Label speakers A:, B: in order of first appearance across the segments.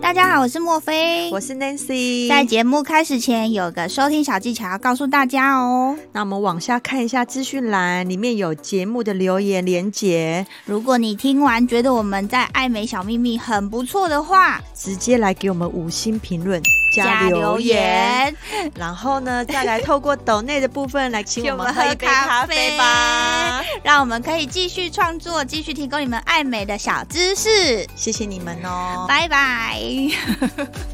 A: 大家好，我是莫菲。
B: 我是 Nancy。
A: 在节目开始前有个收听小技巧要告诉大家哦。
B: 那我们往下看一下资讯栏，里面有节目的留言连结，
A: 如果你听完觉得我们在爱美小秘密很不错的话，
B: 直接来给我们五星评论
A: 留言，
B: 然后呢，再来透过抖内的部分来请我们喝一杯
A: 请我们喝
B: 咖
A: 咖啡
B: 啡吧。
A: 让我们可以继续创作，继续提供你们爱美的小知识。
B: 谢谢你们哦，
A: 拜拜。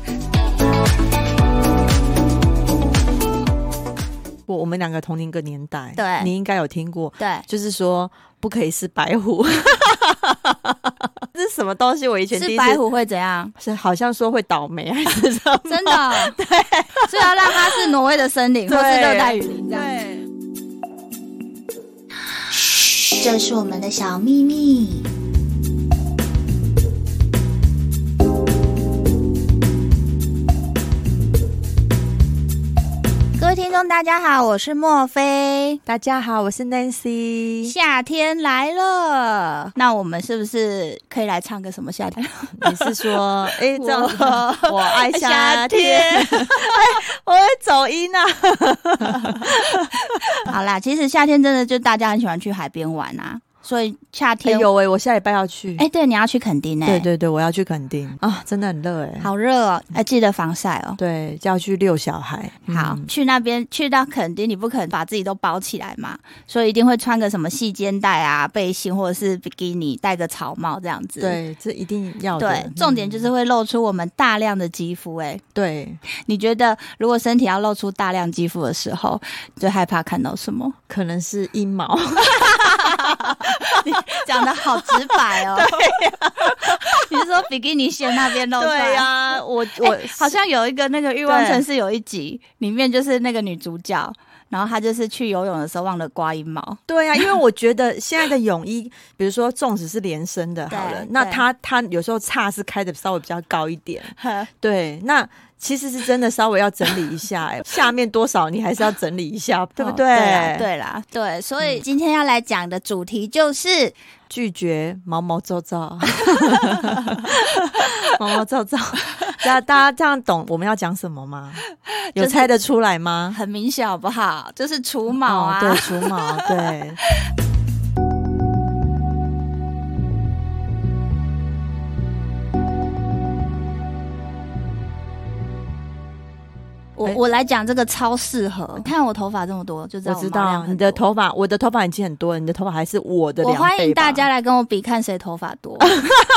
B: 我我们两个同龄个年代，
A: 对
B: 你应该有听过，
A: 对，
B: 就是说不可以是白 虎，这是什么东西？我以前第
A: 是
B: 一
A: 白
B: 次
A: 虎会怎样？
B: 是好像说会倒霉还是什么？
A: 真的哦， 所以要让它是挪威的森林，或是
B: 对
A: 热带雨林这样。
B: 对。
A: 这是我们的小秘密。各位听众，大家好，我是莫菲。
B: 大家好，我是 Nancy。
A: 夏天来了，那我们是不是可以来唱个什么夏 天？
B: 你是 说，哎、这样子吗，
A: 我
B: 我爱夏天，
A: 夏
B: 哎、我会走音啊。
A: 好啦，其实夏天真的就大家很喜欢去海边玩啊，所以夏
B: 哎
A: 天
B: 呦喂，我下礼拜要去。
A: 哎、对，你要去垦丁哎、
B: 对对对，我要去垦丁啊，真的很热哎、
A: 好热哦，哎、记得防晒哦。
B: 对，就要去遛小孩。
A: 好，
B: 嗯
A: 去那边去到垦丁，你不可能把自己都包起来嘛，所以一定会穿个什么细肩带啊、背心或者是比基尼，戴个草帽这样子。
B: 对，这一定要的。
A: 对，重点
B: 嗯
A: 就是会露出我们大量的肌肤。哎，
B: 对，
A: 你觉得如果身体要露出大量肌肤的时候，最害怕看到什么？
B: 可能是阴毛。
A: 讲的好直白哦。 对你是说比基尼线那边露出来？
B: 对呀、 我
A: 我、
B: 我
A: 啊哎好像有一个那个《欲望
B: 对
A: 城市》有一集，里面就是那个女主角，然后她就是去游泳的时候忘了刮阴 毛。
B: 对啊，因为我觉得现在的泳衣，比如说纵使是连身的好了
A: 对，
B: 那
A: 对
B: 它它有时候叉是开的稍微比较高一点，对，那其实是真的稍微要整理一下、哎， 下面多少你还是要整理一下，对不
A: 哦
B: 对？
A: 啦，对啦，对，所以今天要来讲的主题就是
B: 拒绝毛毛躁 躁，毛毛躁躁，大家大家这样懂我们要讲什么吗？有
A: 就是
B: 猜得出来吗？
A: 很明显好不好？就是除毛啊，
B: 哦对，除毛，对。
A: 我
B: 哎
A: 我来讲这个超适合。你看我头发这么多，就知
B: 我
A: 道
B: 知
A: 毛量
B: 道
A: 很
B: 你的
A: 多。
B: 头发，我的头发已经很多了，你的头发还是我的
A: 我
B: 两倍
A: 欢迎
B: 吧
A: 大家来跟我比，看谁头发多。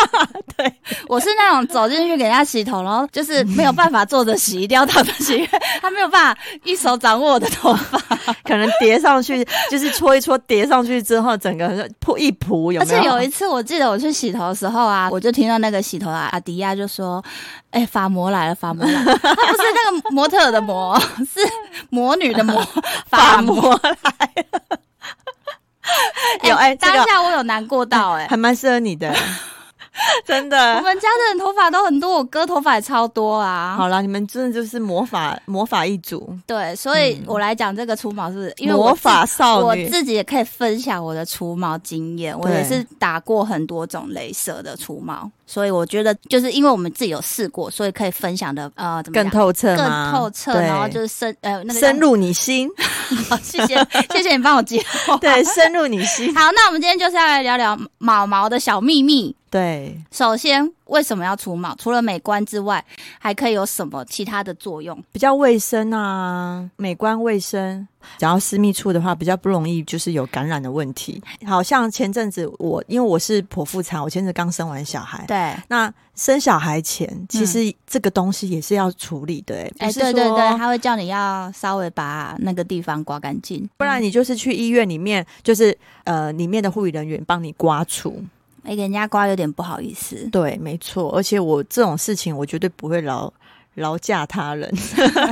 B: 对，
A: 我是那种走进去给人家洗头，然后就是没有办法坐着洗，一定要躺着洗，因为他没有办法一手掌握我的头发，
B: 可能叠上去，就是搓一搓，叠上去之后，整个铺一铺，有
A: 而
B: 没有？
A: 且有一次，我记得我去洗头的时候啊，我就听到那个洗头啊阿迪亚就说：“哎、法魔来了，法魔来了！”他不是那个模特儿的魔，是魔女的魔，
B: 发
A: 法魔。
B: 膜来 了，有哎，这
A: 当
B: 个
A: 下我有难过 到哎、
B: 还蛮适合 你的，真
A: 我
B: 的。
A: 们家的人头发都很多，我哥头发也超多啊。
B: 好啦，你们真的就是魔法魔法一族，
A: 对，所以我来讲这个除毛是不是？因为我
B: 嗯魔
A: 自
B: 法
A: 我
B: 少女，
A: 自己也可以分享我的除毛经验，我
B: 对
A: 也是打过很多种镭射的除毛，所以我觉得就是因为我们自己有试过，所以可以分享的呃怎么
B: 更
A: 讲
B: 透彻吗
A: 更透彻，
B: 对
A: 然后就是深呃那个
B: 深。入 你心，
A: 好，谢谢谢谢你帮我接 话。
B: 对，深入你 心，
A: 好，那我们今天就是要来聊聊毛毛的小秘密。
B: 对。
A: 首先，为什么要除毛？除了美观之外，还可以有什么其他的作用？
B: 比较卫生啊，美观卫生。讲到私密处的话，比较不容易就是有感染的问题。好像前阵子我因为我是剖腹产，我前阵子刚生完小孩。
A: 对，
B: 那生小孩前，其实这个东西也是要处理的、欸，
A: 嗯哎，
B: 不是说
A: 对对对，他会叫你要稍微把那个地方刮干净，
B: 不然你就是去医院里面，就是呃里面的护理人员帮你刮除。
A: 哎给人家刮有点不好意思。
B: 对，没错。而且我这种事情，我绝对不会劳劳驾他 人。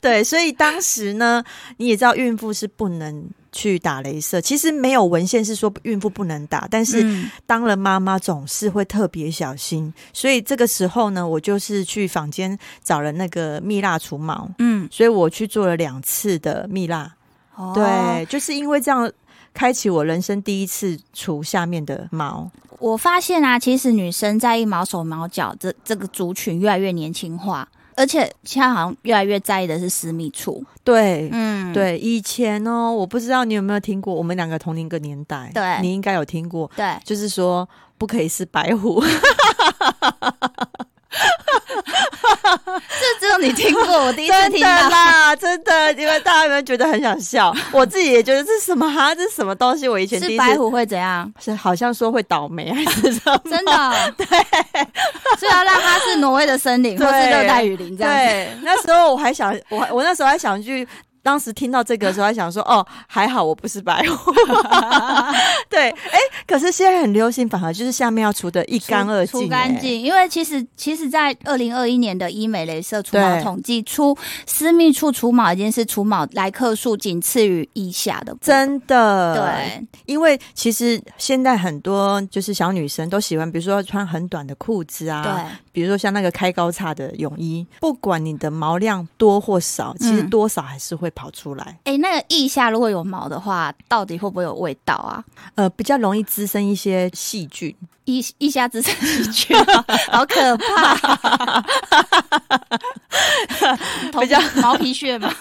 B: 对，所以当时呢，你也知道，孕妇是不能去打镭射。其实没有文献是说孕妇不能打，但是
A: 嗯
B: 当了妈妈总是会特别小心。所以这个时候呢，我就是去房间找了那个蜜蜡除毛，
A: 嗯，
B: 所以我去做了两次的蜜蜡。
A: 哦
B: 对，就是因为这样。开启我人生第一次除下面的毛。
A: 我发现啊，其实女生在意毛手毛脚这这个族群越来越年轻化，而且现在好像越来越在意的是私密处。
B: 对，
A: 嗯，
B: 对，以前哦，我不知道你有没有听过，我们两个同龄个年代，
A: 对
B: 你应该有听过，
A: 对，
B: 就是说不可以是白虎，
A: 这只有 你听过，我第一次
B: 真的
A: 听到。
B: 啦，真的，因为大家有没有觉得很想笑？我自己也觉得这是什么哈，这是什么东西？我以前第
A: 是
B: 一
A: 白
B: 次
A: 虎会怎样？
B: 是好像说会倒霉还是什么？
A: 真的哦， 对，所以要让它是挪威的森林，或
B: 对
A: 是热带雨林这样子。
B: 对，那时候我还想，我还我那时候还想一句，当时听到这个的时候还想说，哦，还好我不是白 虎。对，哎、可是现在很流行，反而就是下面要除的一干二净、
A: 除干
B: 哎。
A: 净，欸因为其实其实，在二零二一年的医美镭射除毛
B: 对
A: 统计出，私密处除毛已经是除毛来客数仅次于以下的部分，
B: 真的，，
A: 对
B: 因为其实现在很多就是小女生都喜欢，比如说穿很短的裤子啊，
A: 对，
B: 比如说像那个开高叉的泳衣，不管你的毛量多或少，其实
A: 嗯
B: 多少还是会跑出来，
A: 哎、那个腋下如果有毛的话，到底会不会有味道啊？
B: 呃，比较容易滋生一些细菌。
A: 腋腋下只剩一句，好可怕！头
B: 比较
A: 毛皮屑嘛。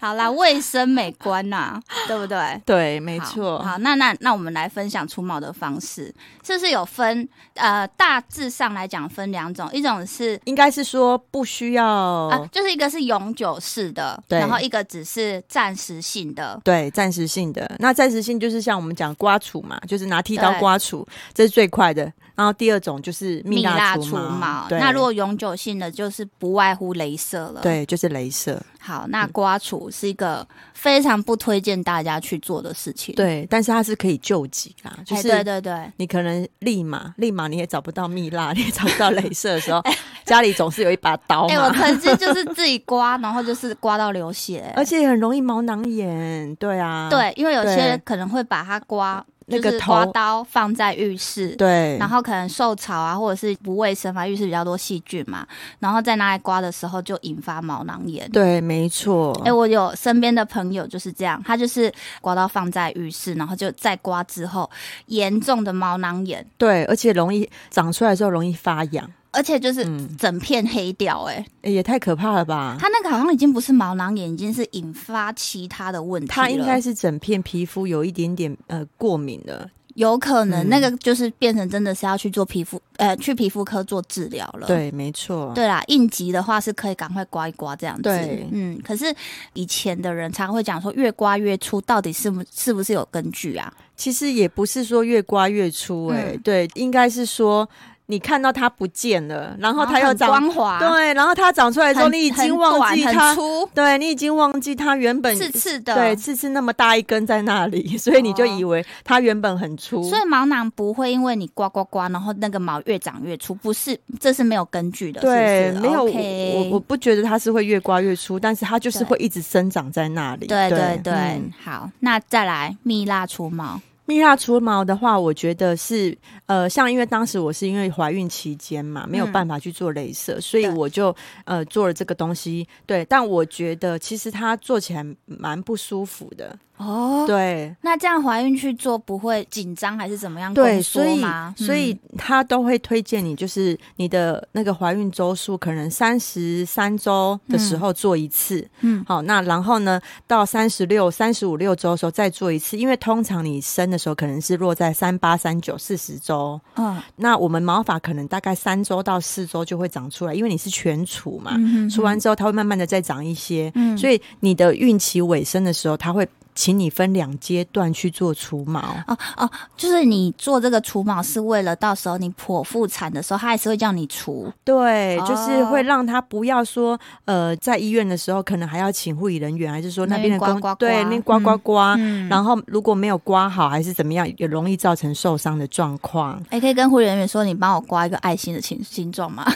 A: 好啦，卫生美观呐、对不对？
B: 对，没
A: 好
B: 错。
A: 好，那那那我们来分享除毛的方式，是不是有分？呃，大致上来讲分两种，一种是
B: 应该是说不需要，
A: 啊，就是一个是永久式的，
B: 哦对
A: 然后一个只是暂时性的。
B: 对，暂时性的。那暂时性就是像我们讲刮除嘛，就是拿剃刀
A: 对
B: 刮除，这是最快的。然后第二种就是蜜蜡
A: 除毛
B: 毛，，对
A: 那如果永久性的，就是不外乎镭射了。
B: 对就是镭射，
A: 好，那
B: 嗯
A: 刮除是一个非常不推荐大家去做的事情。，
B: 对，但是它是可以救急啦，就
A: 哎，
B: 是
A: 对对对，
B: 你可能立马立马你也找不到蜜 蜡，你也找不到镭射的时候， 家里总是有一把刀
A: 哎、我
B: 嘛，
A: 曾经就是自己刮， 然后就是刮到流血、
B: 而且也很容易毛囊炎，对啊，
A: 对，因为有些
B: 对
A: 人可能会把它刮，
B: 那
A: 就
B: 个
A: 是刮
B: 头
A: 刀放在浴室。
B: 对
A: 然，后可能受潮啊，或者是不卫生嘛，浴室比较多细菌嘛，然后再拿来刮的时候就引发毛囊炎。
B: 对，没错，
A: 哎、我有身边的朋友就是这样，他就是刮到放在浴室，然后就再刮之后，严重的毛囊炎，
B: 对，而且容易长出来之后容易发痒，
A: 而且就是
B: 嗯，
A: 整片黑掉、哎、
B: 哎也太可怕了吧？
A: 他那个好像已经不是毛囊炎，已经是引发其他的问题了。
B: 它应该是整片皮肤有一点点呃过敏了，
A: 有可能、
B: 嗯
A: 那个就是变成真的是要去做皮肤呃去皮肤科做治疗了。。
B: 对，没错，
A: 对啦，应急的话是可以赶快刮一刮这样子。
B: 对
A: 嗯，可是以前的人常会讲说，越刮越粗，到底是不是不是有根据啊？
B: 其实也不是说越刮越粗、欸，哎、
A: 嗯
B: 对，应该是说你看到它不见了，然后它又
A: 啊很
B: 长，
A: 光滑，
B: 对，然后它长出来
A: 很，
B: 之后，你已经忘记
A: 很
B: 它
A: 短很，粗，
B: 对你已经忘记它原本
A: 刺刺的，
B: 对刺刺那么大一根在那里， 所以你就
A: 哦
B: 以为它原本很粗，
A: 所以毛囊不会因为你刮刮刮，然后那个毛越长越粗，不是，这是没有根据的，
B: 对，
A: 是不是
B: 没有
A: OK
B: 我我不觉得它是会越刮越粗，但是它就是
A: 对
B: 会一直生长在那里。
A: 对对对，
B: 嗯
A: 好，那再来蜜蜡除毛，
B: 蜜蜡除毛的话，我觉得是呃，像因为当时我是因为怀孕期间嘛，没有办法去做镭射，所以
A: 嗯对
B: 我就呃做了这个东西。对，但我觉得其实它做起来蛮不舒服的。
A: 哦，
B: 对
A: 那这样怀孕去做不会紧张还是怎么样？
B: 对，
A: 宫缩
B: 所以
A: 吗嗯
B: 所以他都会推荐你，就是你的那个怀孕周数可能三十三周的时候做一次。
A: 嗯，
B: 好，那然后呢，到三十六、三十五六周的时候再做一次，因为通常你生的时候可能是落在三八、三九、四十周。
A: 嗯
B: 那我们毛发可能大概三周到四周就会长出来，因为你是全除嘛，
A: 嗯，
B: 除完之后它会慢慢的再长一些，
A: 嗯，
B: 所
A: 以
B: 以你的孕期尾声的时候，它会请你分两阶段去做除毛。
A: 哦哦，就是你做这个除毛是为了到时候你剖腹产的时候，他还是会叫你除，
B: 对，
A: 哦
B: 就是会让他不要说，呃，在医院的时候可能还要请护理人员，还是说那边的
A: 那边刮
B: 工
A: 刮刮
B: 对那边刮刮刮，
A: 嗯
B: 啊然后如果没有刮好还是怎么样，也容易造成受伤的状况。
A: 哎，可以跟护理人员说，你帮我刮一个爱心的形形状吗？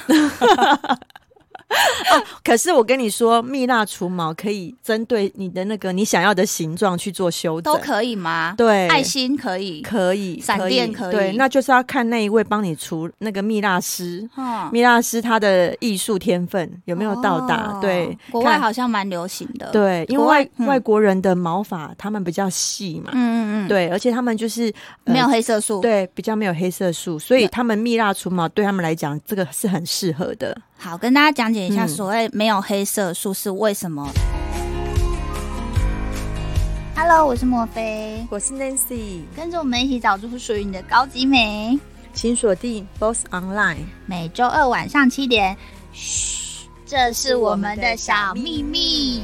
B: 可是我跟你说，蜜蜡除毛可以针对你的那个你想要的形状去做修整，
A: 都可以吗？
B: 对，
A: 爱心可以，
B: 可以，
A: 闪电可以
B: 对，那就是要看那一位帮你除那个蜜蜡师，
A: 嗯，
B: 蜜蜡师他的艺术天分有没有到达？
A: 哦
B: 对，
A: 国外
B: 看
A: 好像蛮流行的。，
B: 对，因为
A: 国外
B: 外、
A: 嗯
B: 外国人的毛发他们比较细嘛，
A: 嗯嗯嗯，，哦
B: 对，而且他们就是、呃
A: 没有黑色素。，
B: 对比较没有黑色素，所以
A: 对
B: 他们蜜蜡除毛对他们来讲，这个是很适合的。
A: 好，跟大家讲解一下
B: 嗯
A: 所谓没有黑色素是为什么。Hello，我是莫菲，
B: 我是 Nancy，
A: 跟着我们一起找出属于你的高级美。
B: 请锁定 Boss Online。
A: 每周二晚上七点，嘘，这是我们的小秘密。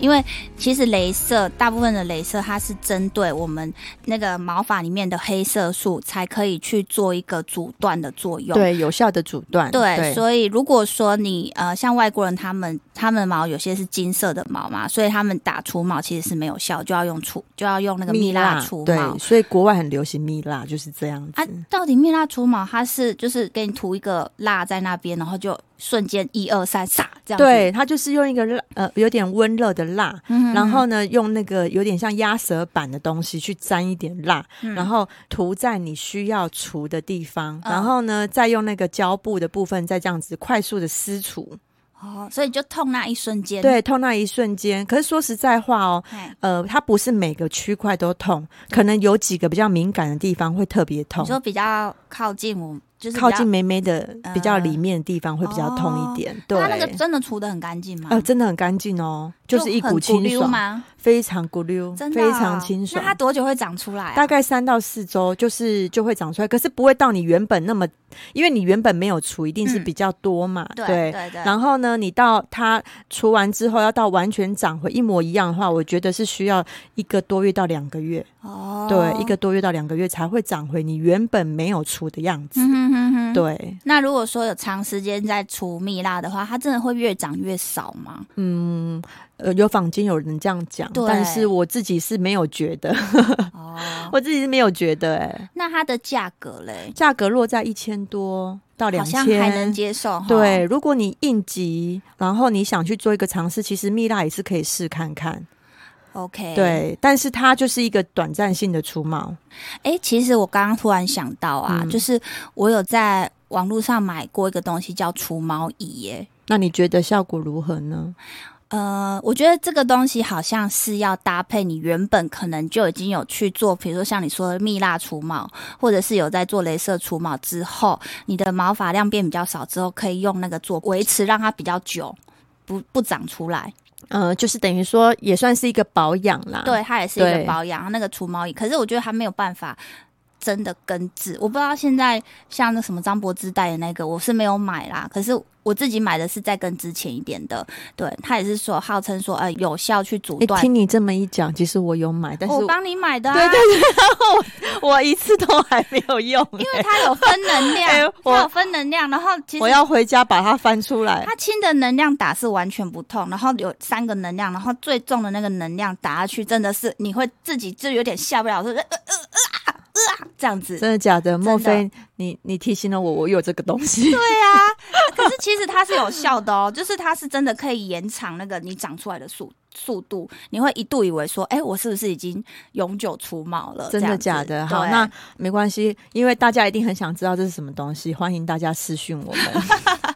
A: 因为其实镭射大部分的镭射，它是针对我们那个毛发里面的黑色素，才可以去做一个阻断的作用。
B: 对，有效的阻断。
A: 对，
B: 对，
A: 所以如果说你呃，像外国人他们他们的毛有些是金色的毛嘛，所以他们打除毛其实是没有效，就要用除就要用那个蜜蜡除毛
B: 对，。所以国外很流行蜜蜡，就是这样子。
A: 啊，到底蜜蜡除毛它是就是给你涂一个蜡在那边，然后就瞬间一二三撒这样子，
B: 对，它就是用一个蜡，呃，有点温热的蜡，
A: 嗯，
B: 然后呢，用那个有点像压舌板的东西去沾一点蜡，然后涂在你需要除的地方，
A: 嗯
B: 然后呢，再用那个胶布的部分再这样子快速的撕除。
A: 哦，所以就痛那一瞬间，啊
B: 对，痛那一瞬间。可是说实在话哦，
A: 嘿，
B: 呃，它不是每个区块都痛，可能有几个比较敏感的地方会特别
A: 嗯
B: 痛
A: 你。说比较靠近我，就是比较
B: 靠近眉眉的比较
A: 呃
B: 里面的地方会比较痛
A: 哦
B: 一点，对，
A: 那它那个真的除的很干净吗？
B: 呃，真的很干净哦，就是一
A: 很
B: 股清
A: 溜
B: 爽，
A: 吗？
B: 非常咕溜，
A: 真的哦、
B: 非常清爽
A: 那。它多久会长出来、啊？
B: 大概三到四周，就是就会长出来，可是不会到你原本那么，因为你原本没有除，一定是
A: 嗯
B: 比较多嘛，
A: 对对对，
B: 然后呢，你到它除完之后，要到完全长回一模一样的话，我觉得是需要一个多月到两个月，
A: 哦，
B: 对，一个多月到两个月才会长回你原本没有除的样子。
A: 嗯哼哼哼。
B: 对，
A: 那如果说有长时间在除蜜蜡的话，它真的会越长越少 吗？
B: 嗯，呃，有坊间有人这样讲，
A: 对
B: 但是我自己是没有觉得，
A: 哦，
B: 我自己是没有觉得、哎，
A: 那它的价格嘞，
B: 价格落在一千多到
A: 好
B: 两
A: 像还能
B: 千。
A: 接受哈。
B: 对，如果你应急，然后你想去做一个尝试，其实蜜蜡也是可以试看看。
A: ，OK，。
B: 对，但是它就是一个短暂性的除毛。
A: 哎、其实我刚刚突然想到啊，
B: 嗯
A: 就是我有在网络上买过一个东西叫除毛仪耶。
B: 那你觉得效果如何呢？
A: 呃，我觉得这个东西好像是要搭配你原本可能就已经有去做，比如说像你说的蜜蜡除毛，或者是有在做镭射除毛之后，你的毛发量变比较少之后，可以用那个做维持，让它比较久。不不长出来，
B: 呃，就是等于说也算是一个保养啦。
A: 对，它也是一个
B: 啊对
A: 保养，那个除毛仪。可是我觉得它没有办法真的根治，我不知道现在像那什么张柏芝戴的那个，我是没有买啦。可是我自己买的是再更之前一点的，对，它也是说号称说呃有效去阻
B: 诶，
A: 断
B: 听你这么一讲，其实我有买，但是
A: 我
B: 我
A: 帮你买的、啊，
B: 对对对，然后我我一次都还没有 用、
A: 因为 它有分能量
B: 哎，我
A: 它有分能量，然后其实
B: 我要回家把它翻出来。
A: 它轻的能量打是完全不痛，然后有三个能量，然后最重的那个能量打下去，真的是你会自己就有点下不了，说呃呃呃啊呃啊这样子。
B: 真的假的？
A: 的
B: 莫非你你提醒了我，我有这个东 西？
A: 对啊，可是其实它是有效的哦， 就是它是真的可以延长那个你长出来的速速度，你会一度以为说，哎、我是不是已经永久除毛了？这
B: 真的
A: 样子
B: 假的？好，
A: 对
B: 那没关系，因为大家一定很想知道这是什么东西，欢迎大家私讯我们。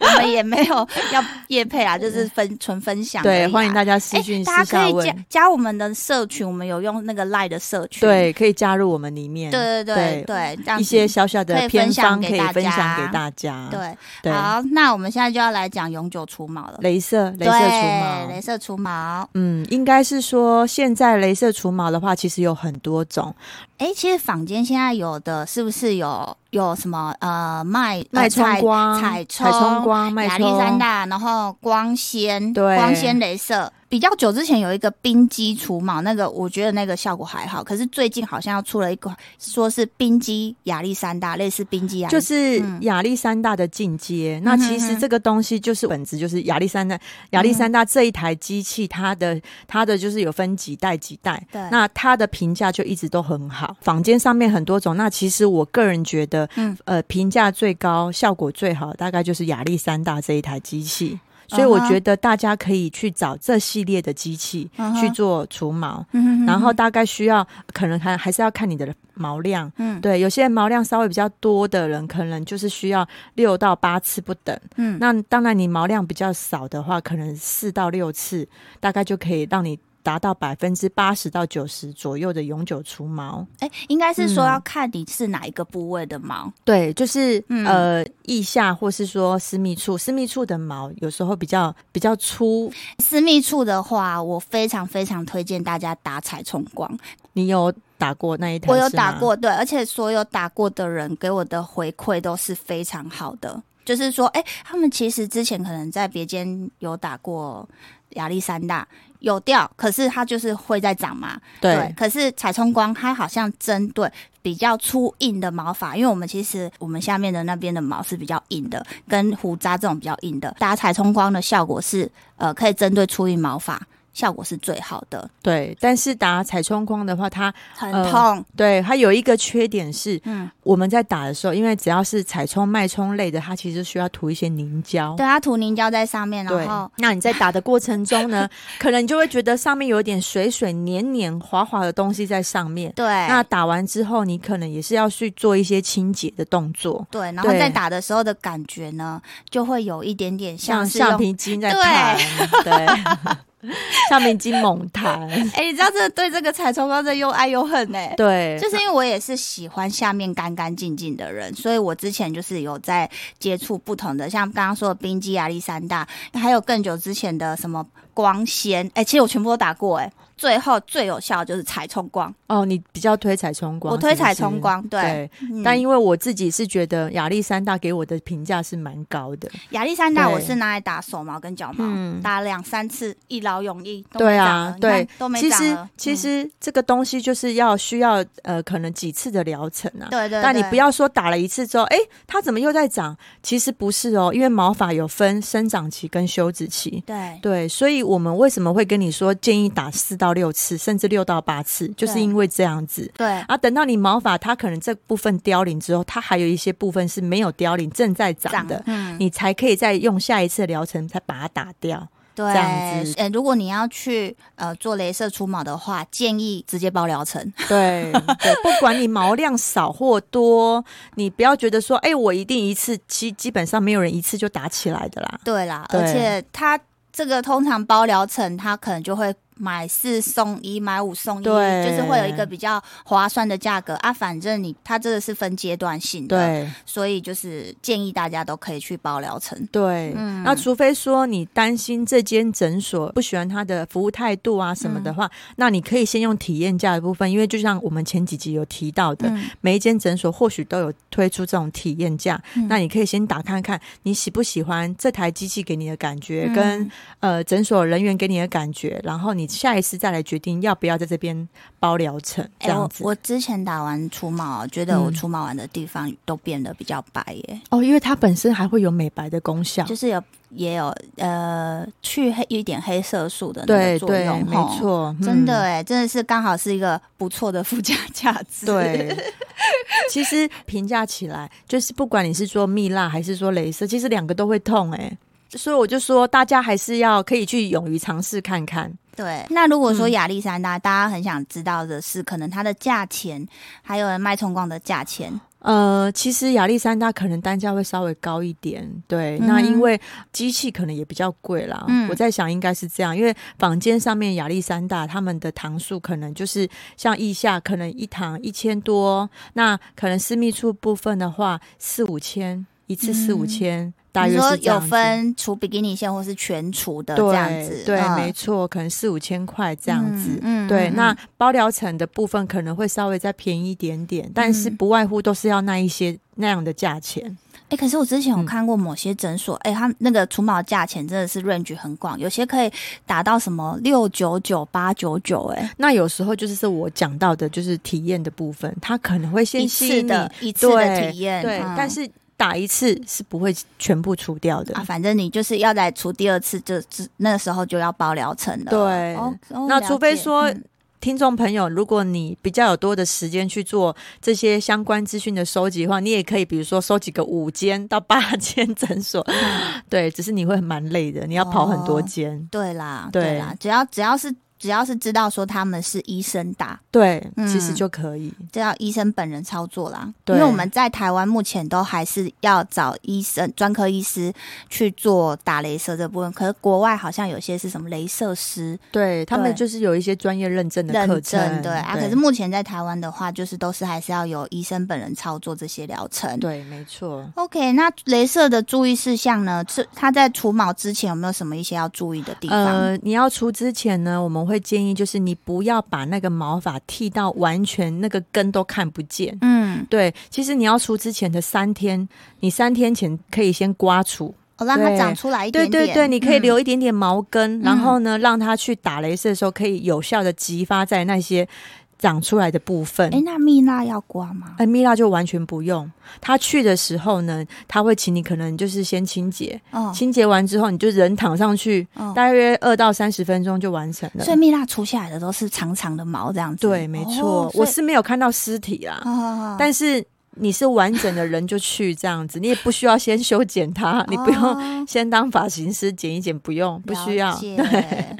A: 我们也没有要叶配 啊，就是分纯分享而已啊、
B: 对，欢迎大家
A: 哎
B: 私讯
A: 大
B: 私
A: 家可
B: 下
A: 以加嗯
B: 问。
A: 加我们的社群，我们有用那个赖的社群，
B: 对，可以加入我们里面。
A: 对对对对，这样
B: 一
A: 子
B: 些小小
A: 可以
B: 的
A: 分
B: 偏
A: 享
B: 方
A: 给
B: 可以
A: 大
B: 分享
A: 家
B: 给大家。
A: 对
B: 对，
A: 好，那我们现在就要来讲永久除毛了，
B: 镭射镭
A: 对，
B: 射除毛
A: 镭。射除毛。
B: 嗯，应该是说现在镭射除毛的话，其实有很多种，
A: 哎、其实坊间现在有的是不是有有什么呃麦
B: 脉冲
A: 呃
B: 光、
A: 彩
B: 彩
A: 冲
B: 冲光、脉
A: 亚历山
B: 冲，
A: 大，然后光纤，
B: 对
A: 光纤镭射，比较久之前有一个冰肌除毛，那个我觉得那个效果还好，可是最近好像要出了一款，说是冰肌亚历山大，类似冰肌亚历，
B: 就是
A: 嗯
B: 亚历山大的进阶。那其实这个东西就是本质，就是亚历山
A: 嗯
B: 大亚历山大这一台机器，它的它的就是有分几代几代。
A: 对
B: 那它的评价就一直都很好，坊间上面很多种。那其实我个人觉得，
A: 嗯
B: 呃，评价最高、效果最好，大概就是亚历山大这一台机
A: 嗯
B: 器。所以我觉得大家可以去找这系列的机器
A: 嗯哼
B: 去做除毛，
A: 嗯哼哼
B: 然后大概需要可能还还是要看你的毛量，
A: 嗯
B: 对，有些人毛量稍微比较多的人，可能就是需要六到八次不等。
A: 嗯
B: 那当然，你毛量比较少的话，可能四到六次，大概就可以让你达到百分之八十到九十左右的永久除毛。
A: 哎、应该是说
B: 嗯
A: 要看你是哪一个部位的毛，
B: 对，就是、
A: 嗯
B: 呃，腋下或是说私密处，私密处的毛有时候比较比较粗。
A: 私密处的话，我非常非常推荐大家打彩冲光。
B: 你有打过那一台？
A: 我有打。过，对，而且所有打过的人给我的回馈都是非常好的，就是说，哎、他们其实之前可能在别间有打过亚历山大，有掉，可是它就是会在长嘛，
B: 对，
A: 可是彩冲光它好像针对比较粗硬的毛发，因为我们其实我们下面的那边的毛是比较硬的，跟胡渣这种比较硬的，打彩冲光的效果是呃可以针对粗硬毛发，效果是最好的，
B: 对。但是打彩冲光的话，它
A: 很
B: 呃
A: 痛，
B: 对它有一个缺点是，
A: 嗯，
B: 我们在打的时候，因为只要是彩冲、脉冲类的，它其实需要涂一些凝胶。
A: 对，它涂凝胶在上面，然后。
B: 那你在打的过程中 呢，可能你就会觉得上面有一点水水、黏黏、滑滑的东西在上面。
A: 对，
B: 那打完之后，你可能也是要去做一些清洁的动作，
A: 对，然后
B: 对
A: 在打的时候的感觉呢，就会有一点点
B: 像
A: 是用
B: 橡。皮筋在弹，对， 橡皮筋猛 弹，
A: 哎、你知道这对这个彩冲膏这又爱又恨呢、
B: 对，
A: 就是因为我也是喜欢下面干干净净的人，所以我之前就是有在接触不同的，像刚刚说的冰肌、亚历山大，还有更久之前的什么光纤，哎、其实我全部都打过、哎，最后最有效的就是彩冲光，
B: 哦，你比较推彩冲光，
A: 我推
B: 是不是
A: 彩冲，光，对，
B: 对。
A: 嗯
B: 但因为我自己是觉得亚历山大给我的评价是蛮高的，
A: 亚历山大
B: 对
A: 我是拿来打手毛跟脚毛，
B: 嗯
A: 打两三次，一劳永逸，都
B: 对
A: 没
B: 啊
A: 长了，你看
B: 对
A: 都没
B: 其
A: 长
B: 实
A: 了，
B: 其
A: 嗯
B: 实这个东西就是要需要呃，可能几次的疗程啊。
A: 对对，
B: 但你
A: 对
B: 不要说打了一次之后，哎，它怎么又在长？其实不是哦，因为毛发有分生长期跟休止期。
A: 对
B: 对，所以我们为什么会跟你说建议打四到六次，甚至六到八次，就是因为这样子。
A: 对
B: 啊，等到你毛发它可能这部分凋零之后，它还有一些部分是没有凋零，正在长的，
A: 嗯，
B: 你才可以再用下一次疗程才把它打掉。
A: 对，
B: 这样子
A: 呃，如果你要去呃做镭射除毛的话，建议直接包疗程。
B: 对对，不管你毛量少或多，你不要觉得说，哎、我一定一次，基基本上没有人一次就打起来的啦。
A: 对啦，
B: 对
A: 而且它这个通常包疗程，它可能就会。买四送一，买五送一，
B: 对
A: 就是会有一个比较划算的价格啊。反正你它这个是分阶段性的，，
B: 对
A: 所以就是建议大家都可以去包疗程。
B: 对，
A: 嗯
B: 那除非说你担心这间诊所不喜欢他的服务态度啊什么
A: 嗯
B: 的话，那你可以先用体验价的部分，因为就像我们前几集有提到的，
A: 嗯
B: 每一间诊所或许都有推出这种体验价，
A: 嗯
B: 那你可以先打看看你喜不喜欢这台机器给你的感觉，
A: 嗯
B: 跟呃诊所人员给你的感觉，然后你下一次再来决定要不要在这边包疗程
A: 哎、
B: 这样
A: 我
B: 子。
A: 我之前打完除毛，觉得我
B: 嗯
A: 除毛完的地方都变得比较白耶、
B: 哦，因为它本身还会有美白的功效，
A: 就是有也有呃去黑一点黑色素的那
B: 对
A: 个作
B: 对，
A: 用，
B: 没
A: 吼。
B: 错，
A: 真的
B: 嗯
A: 哎、真的是刚好是一个不错的附加价值。
B: 对，其实评价起来，就是不管你是说蜜蜡还是说镭射，其实两个都会痛哎、所以我就说，大家还是要可以去勇于尝试看看。
A: 对，那如果说
B: 嗯
A: 亚历山大，大家很想知道的是，可能它的价钱，还有脉冲光的价钱。
B: 呃，其实亚历山大可能单价会稍微高一点，对，
A: 嗯
B: 那因为机器可能也比较贵啦。
A: 嗯
B: 我在想应该是这样，因为坊间上面亚历山大他们的堂数可能就是像腋下可能一堂一千多，那可能私密处部分的话四五千一次四五
A: 嗯
B: 千，大
A: 你
B: 约
A: 说
B: 是这
A: 有
B: 样子。
A: 分除比基尼线或是全除的这
B: 对
A: 样子，
B: 对，
A: 嗯
B: 没错，可能四五千块这样子。
A: 嗯
B: 对，
A: 嗯
B: 那
A: 嗯
B: 包疗程的部分可能会稍微再便宜一点点，但是
A: 嗯
B: 不外乎都是要那一些那样的价钱。
A: 哎、可是我之前
B: 嗯
A: 有看过某些诊所，哎、他们那个除毛价钱真的是 range 很广，有些可以打到什么六九九、八九九，哎，
B: 那有时候就是我讲到的，就是体验的部分，它可能会先
A: 一
B: 吸
A: 次
B: 引你，
A: 的一次的
B: 对
A: 体验，
B: 对，
A: 嗯
B: 但是打一次是不会全部除掉的。
A: 啊，反正你就是要来除第二次，就就那时候就要包疗程了。
B: 对
A: 哦哦
B: 那
A: 了
B: 除非
A: 解
B: 说
A: 嗯
B: 听众朋友，如果你比较有多的时间去做这些相关资讯的收集的话，你也可以，比如说收集个五间到八间 诊所，
A: 嗯
B: 对，只是你会蛮累的，你要跑很多
A: 哦
B: 间，
A: 对啦，
B: 对
A: 对啦，只要只要是只要是知道说他们是医生打，
B: 对，
A: 嗯
B: 其实就可以，
A: 这要医生本人操作啦。
B: 对
A: 因为我们在台湾目前都还是要找医生、专科医师去做打镭射这部分，可是国外好像有些是什么镭射师
B: 对他们
A: 对
B: 就是有一些专业认证的课
A: 认
B: 程，
A: 证，对啊。可是目前在台湾的话，就是都是还是要由医生本人操作这些疗程。
B: 对，没错。
A: OK，那镭射的注意事项呢？是它在除毛之前有没有什么一些要注意的地方？
B: 呃，你要除之前呢，我们会建议就是你不要把那个毛发剃到完全那个根都看不见，
A: 嗯，
B: 对，其实你要除之前的三天，你三天前可以先刮除。
A: 我、让它
B: 对
A: 长出来一点点。
B: 对对对，你可以
A: 嗯
B: 留一点点毛根，然
A: 嗯
B: 后呢，让它去打雷射的时候可以有效的激发在那些长出来的部分。
A: 哎、那蜜蜡要刮吗？
B: 哎，蜜蜡就完全不用。他去的时候呢，他会请你可能就是先清洁，
A: 哦，
B: 清洁完之后你就人躺上去，
A: 哦
B: 大约二到三十分钟就完成了
A: 所。以蜜蜡除下来的都是长长的毛这样子。
B: 对，没
A: 哦
B: 错，我是没有看到尸体啦，
A: 啊，
B: 但是你是完整的人就去这样子，你也不需要先修剪它，你不用
A: 哦
B: 先当发型师剪一剪，不用， 不需要
A: 了。解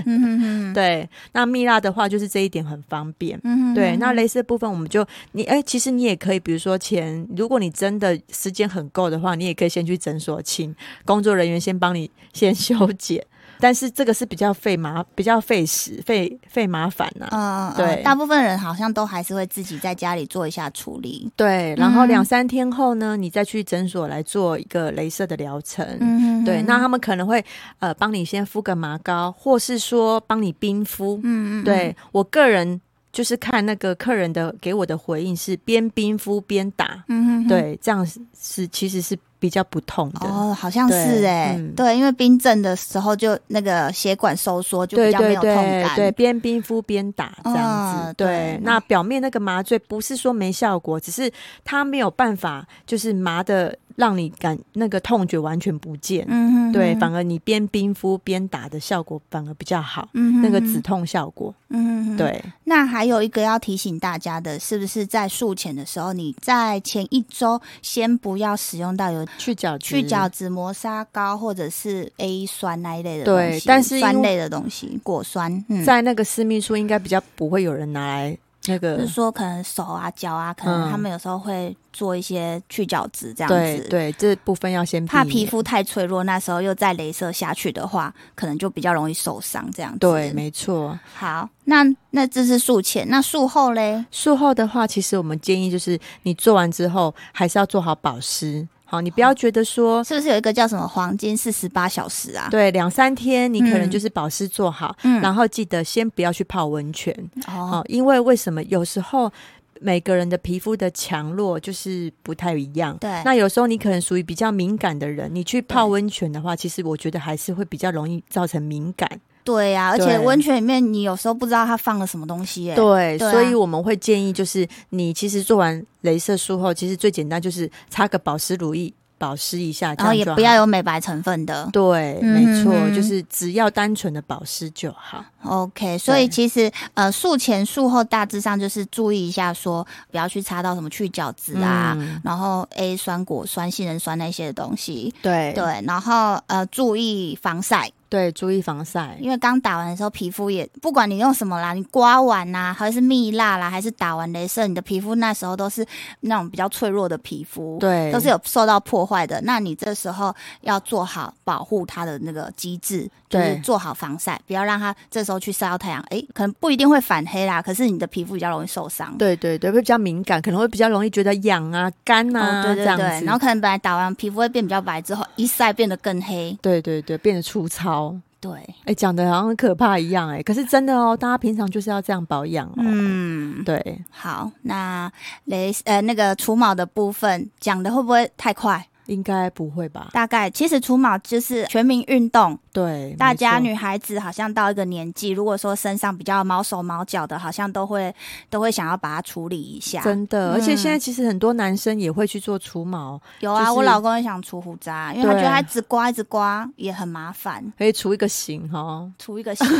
A: 嗯哼哼，
B: 对，那蜜蜡的话就是这一点很方便。
A: 嗯哼
B: 对，
A: 哼
B: 那镭射部分我们就你哎、其实你也可以，比如说前，如果你真的时间很够的话，你也可以先去诊所请工作人员先帮你先修剪，但是这个是比较费麻、比较费时、费费麻烦呐、
A: 嗯，嗯
B: 对
A: 大部分人好像都还是会自己在家里做一下处理。
B: 对，然后
A: 嗯
B: 两三天后呢，你再去诊所来做一个镭射的疗程。
A: 嗯哼哼，
B: 对，那他们可能会呃帮你先敷个麻膏，或是说帮你冰敷。
A: 嗯嗯，嗯，
B: 对我个人就是看那个客人的给我的回应是边冰敷边打，
A: 嗯哼哼。
B: 对，这样是是其实是比较不痛的。
A: 哦，好像是
B: 对
A: 哎、
B: 嗯
A: 对，因为冰镇的时候就那个血管收缩，就比
B: 对
A: 较没
B: 对
A: 有痛
B: 对
A: 感。
B: 对，边冰敷边打这样子，
A: 嗯对
B: 对。那表面那个麻醉不是说没效果，只是它没有办法，就是麻的让你感那个痛觉完全不见。
A: 嗯哼
B: 对，
A: 哼
B: 反而你边冰敷边打的效果反而比较好，
A: 嗯哼
B: 那个
A: 哼
B: 止痛效果。
A: 嗯哼哼。
B: 对，
A: 那还有一个要提醒大家的，是不是在术前的时候，你在前一周先不要使用到有
B: 去角质
A: 去角质磨砂膏或者是 A 酸那一类的
B: 对
A: 东西，
B: 但是因
A: 酸
B: 为
A: 类的东西，果酸，嗯，
B: 在那个私密处应该比较不会有人拿来那
A: 就是
B: 个。
A: 说可能手啊、脚啊，可能
B: 嗯
A: 他们有时候会做一些去角质这样
B: 对
A: 子，
B: 对，这部分要先避
A: 怕
B: 免
A: 皮。肤太脆弱，那时候又再镭射下去的话，可能就比较容易受伤这样子。
B: 对，没错。
A: 好，那那这是术前，那术后嘞？
B: 术后的话，其实我们建议就是你做完之后还是要做好保湿。好，你不要觉得说。
A: 是不是有一个叫什么黄金四十八小时啊？
B: 对，两三天你可能
A: 嗯
B: 就是保湿做好，
A: 嗯
B: 然后记得先不要去泡温泉，
A: 哦，
B: 哦，因为为什么有时候每个人的皮肤的强弱就是不太一样。
A: 对
B: 那有时候你可能属于比较敏感的人，你去泡
A: 对
B: 温泉的话，其实我觉得还是会比较容易造成敏感。
A: 对呀、而且
B: 对
A: 温泉里面你有时候不知道它放了什么东西耶、
B: 对
A: 对啊
B: 所以我们会建议就是你其实做完镭射术后，其实最简单就是擦个保湿乳液，保湿一下，这
A: 然后哦
B: 样
A: 也
B: 就
A: 不
B: 好
A: 要。有美白成分的。
B: 对，
A: 嗯
B: 没错，
A: 嗯嗯
B: 就是只要单纯的保湿就好。
A: OK，所以
B: 对
A: 其实呃，术前术后大致上就是注意一下说不要去擦到什么去角质啊，
B: 嗯
A: 然后 A 酸、果酸、杏仁酸那些的东西。
B: 对
A: 对，然后呃，注意防晒，
B: 对，注意防晒。
A: 因为刚打完的时候，皮肤也不管你用什么啦，你刮完呐、还是蜜蜡啦，还是打完镭射，你的皮肤那时候都是那种比较脆弱的皮肤，，
B: 对，
A: 都是有受到破坏的。那你这时候要做好保护它的那个机制，就是
B: 对
A: 做好防晒，不要让它这时候去晒到太阳，诶，可能不一定会反黑啦，可是你的皮肤比较容易受伤。
B: 对对对，会比较敏感，可能会比较容易觉得痒啊、干
A: 哦，
B: 啊、
A: 对
B: 这
A: 对
B: 样
A: 对，
B: 子。
A: 然后可能本来打完皮肤会变比较白，之后一晒变得更黑。
B: 对对对，变得粗糙。
A: 对，
B: 哎，讲的好像很可怕一样哎、可是真的哦，大家平常就是要这样保养哦。
A: 嗯，
B: 对，
A: 好，那雷呃那个除毛的部分讲的会不会太快？
B: 应该不会吧？
A: 大概其实除毛就是全民运动，
B: 对，
A: 大家
B: 没错
A: 女孩子好像到一个年纪，如果说身上比较毛手毛脚的，好像都会都会想要把它处理一下。
B: 真
A: 嗯
B: 的，而且现在其实很多男生也会去做除毛，
A: 有啊，
B: 就是
A: 我老公也想除胡渣，因为他觉
B: 对
A: 得他一直刮一直刮也很麻烦，
B: 可以除一个型哦哈，
A: 除一个 形。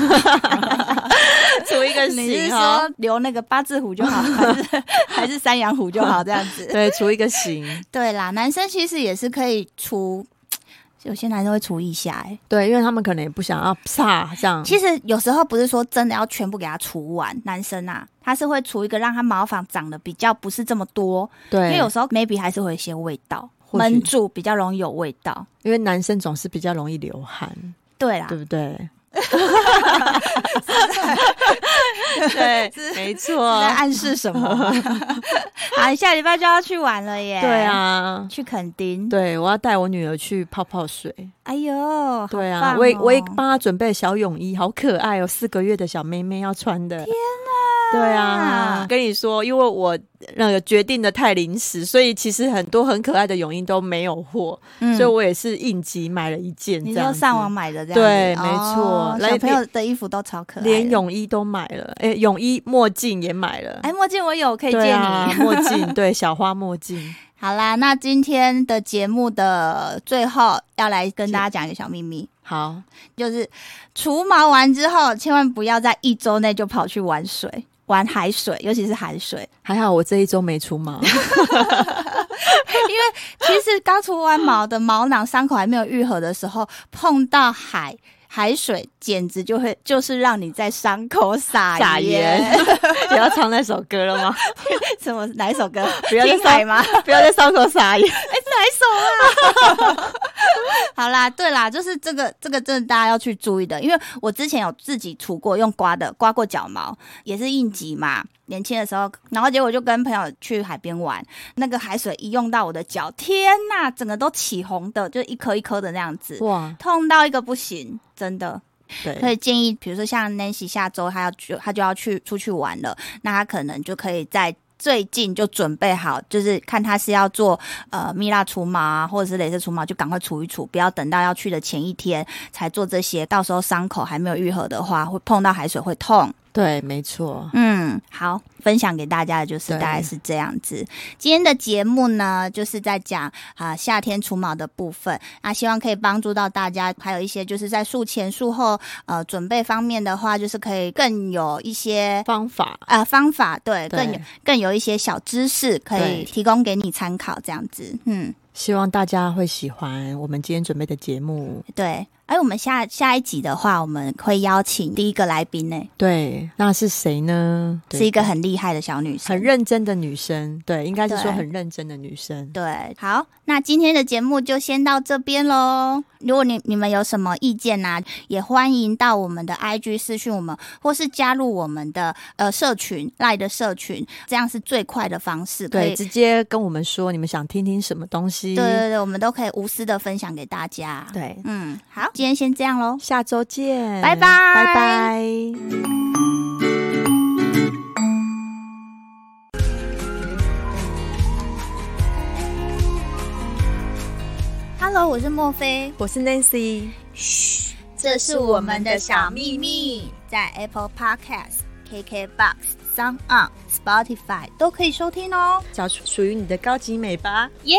B: 除一个哦
A: 你是说，留那个八字胡就好，还 是还是山羊胡就好这样子？
B: 对，除一个型，
A: 对啦，男生其实也是可以除，有些男生会除一下、欸。
B: 对，因为他们可能也不想要啪这样，
A: 其实有时候不是说真的要全部给他除完，男生啊，他是会除一个让他毛发长得比较不是这么多，因
B: 对，
A: 为有时候 maybe 还是会有一些味道，
B: 或许
A: 闷住比较容易有味道。
B: 因为男生总是比较容易流汗，
A: 对啦
B: 对，不对？ 对，没错
A: 在暗示什 么？好，下礼拜就要去玩了耶！
B: 对，啊，
A: 去垦丁。
B: 对，我要带我女儿去泡泡水。
A: 哎呦，
B: 对
A: 好棒
B: 啊，
A: 哦
B: 我也我也帮她准备小泳衣，好可爱哦，四个月的小妹妹要穿的。天哪！对啊，跟你说，因为我呃那个决定的太临时，所以其实很多很可爱的泳衣都没有货，
A: 嗯
B: 所以我也是应急买了一件
A: 你就
B: 这样子。
A: 上网买的这样子，
B: 对没
A: 哦
B: 错来
A: 小朋友的衣服都超可爱的，
B: 连泳衣都买了，哎、泳衣、墨镜也买了。
A: 哎墨镜我有，可以借
B: 对
A: 你。
B: 啊，墨 镜，对，小花墨镜。
A: 好啦，那今天的节目的最后要来跟大家讲一个小秘密，
B: 好，
A: 就是除毛完之后，千万不要在一周内就跑去玩水。玩海水，尤其是海水，
B: 还好我这一周没 除毛。
A: 其实刚除完毛的毛囊伤口还没有愈合的时候，碰到海海水，简直就会就是让你在伤口撒
B: 撒
A: 盐。
B: 盐 也要唱那首歌了吗？
A: 什么哪一首歌？
B: 不要再
A: 听海吗？
B: 不要在伤口撒盐。
A: 好啦，对啦，就是这个这个真的大家要去注意的，因为我之前有自己除过用刮的，刮过脚毛，也是应急嘛，年轻的时候，然后结果就跟朋友去海边玩，那个海水一用到我的脚，天呐，整个都起红的，就一颗一颗的那样子，
B: 哇，
A: 痛到一个不行，真的。可
B: 对，
A: 以建议，比如说像 Nancy 下周她要去，她就要去出去玩了，那她可能就可以在。最近就准备好，就是看她是要做呃蜜蜡除毛啊，或者是镭射除毛，就赶快除一除，不要等到要去的前一天才做这些，到时候伤口还没有愈合的话，会碰到海水会痛。
B: 对，没错。
A: 嗯，好，分享给大家的就是
B: 对
A: 大概是这样子。今天的节目呢，就是在讲啊、夏天除毛的部分，那、希望可以帮助到大家，还有一些就是在术前术后呃准备方面的话，就是可以更有一些。
B: 方法
A: 呃，方法对，
B: 对
A: 更有更有一些小知识可以
B: 对
A: 提供给你参考，这样子，嗯，
B: 希望大家会喜欢我们今天准备的节目。
A: 对。而我们下下一集的话，我们会邀请第一个来宾呢，
B: 对，那是谁呢？对
A: 是一个很厉害的小女生，
B: 很认真的女生，对，应该是说
A: 对
B: 很认真的女生。
A: 对，好，那今天的节目就先到这边喽。如果你你们有什么意见呐、也欢迎到我们的 IG 私讯我们，或是加入我们的呃社群赖的社群，这样是最快的方式。可
B: 对，
A: 以，
B: 直接跟我们说你们想听听什么东西。
A: 对对对，我们都可以无私的分享给大家。，
B: 对，
A: 嗯，好，今天先这样喽。
B: 下周见，
A: 拜拜
B: 拜拜。
A: Hello，我是莫菲，
B: 我是 Nancy，
A: 这是我们的小秘密，在 Apple Podcast、KKBox、Sound On、Spotify 都可以收听哦。
B: 找出属于你的高级美吧。
A: 耶、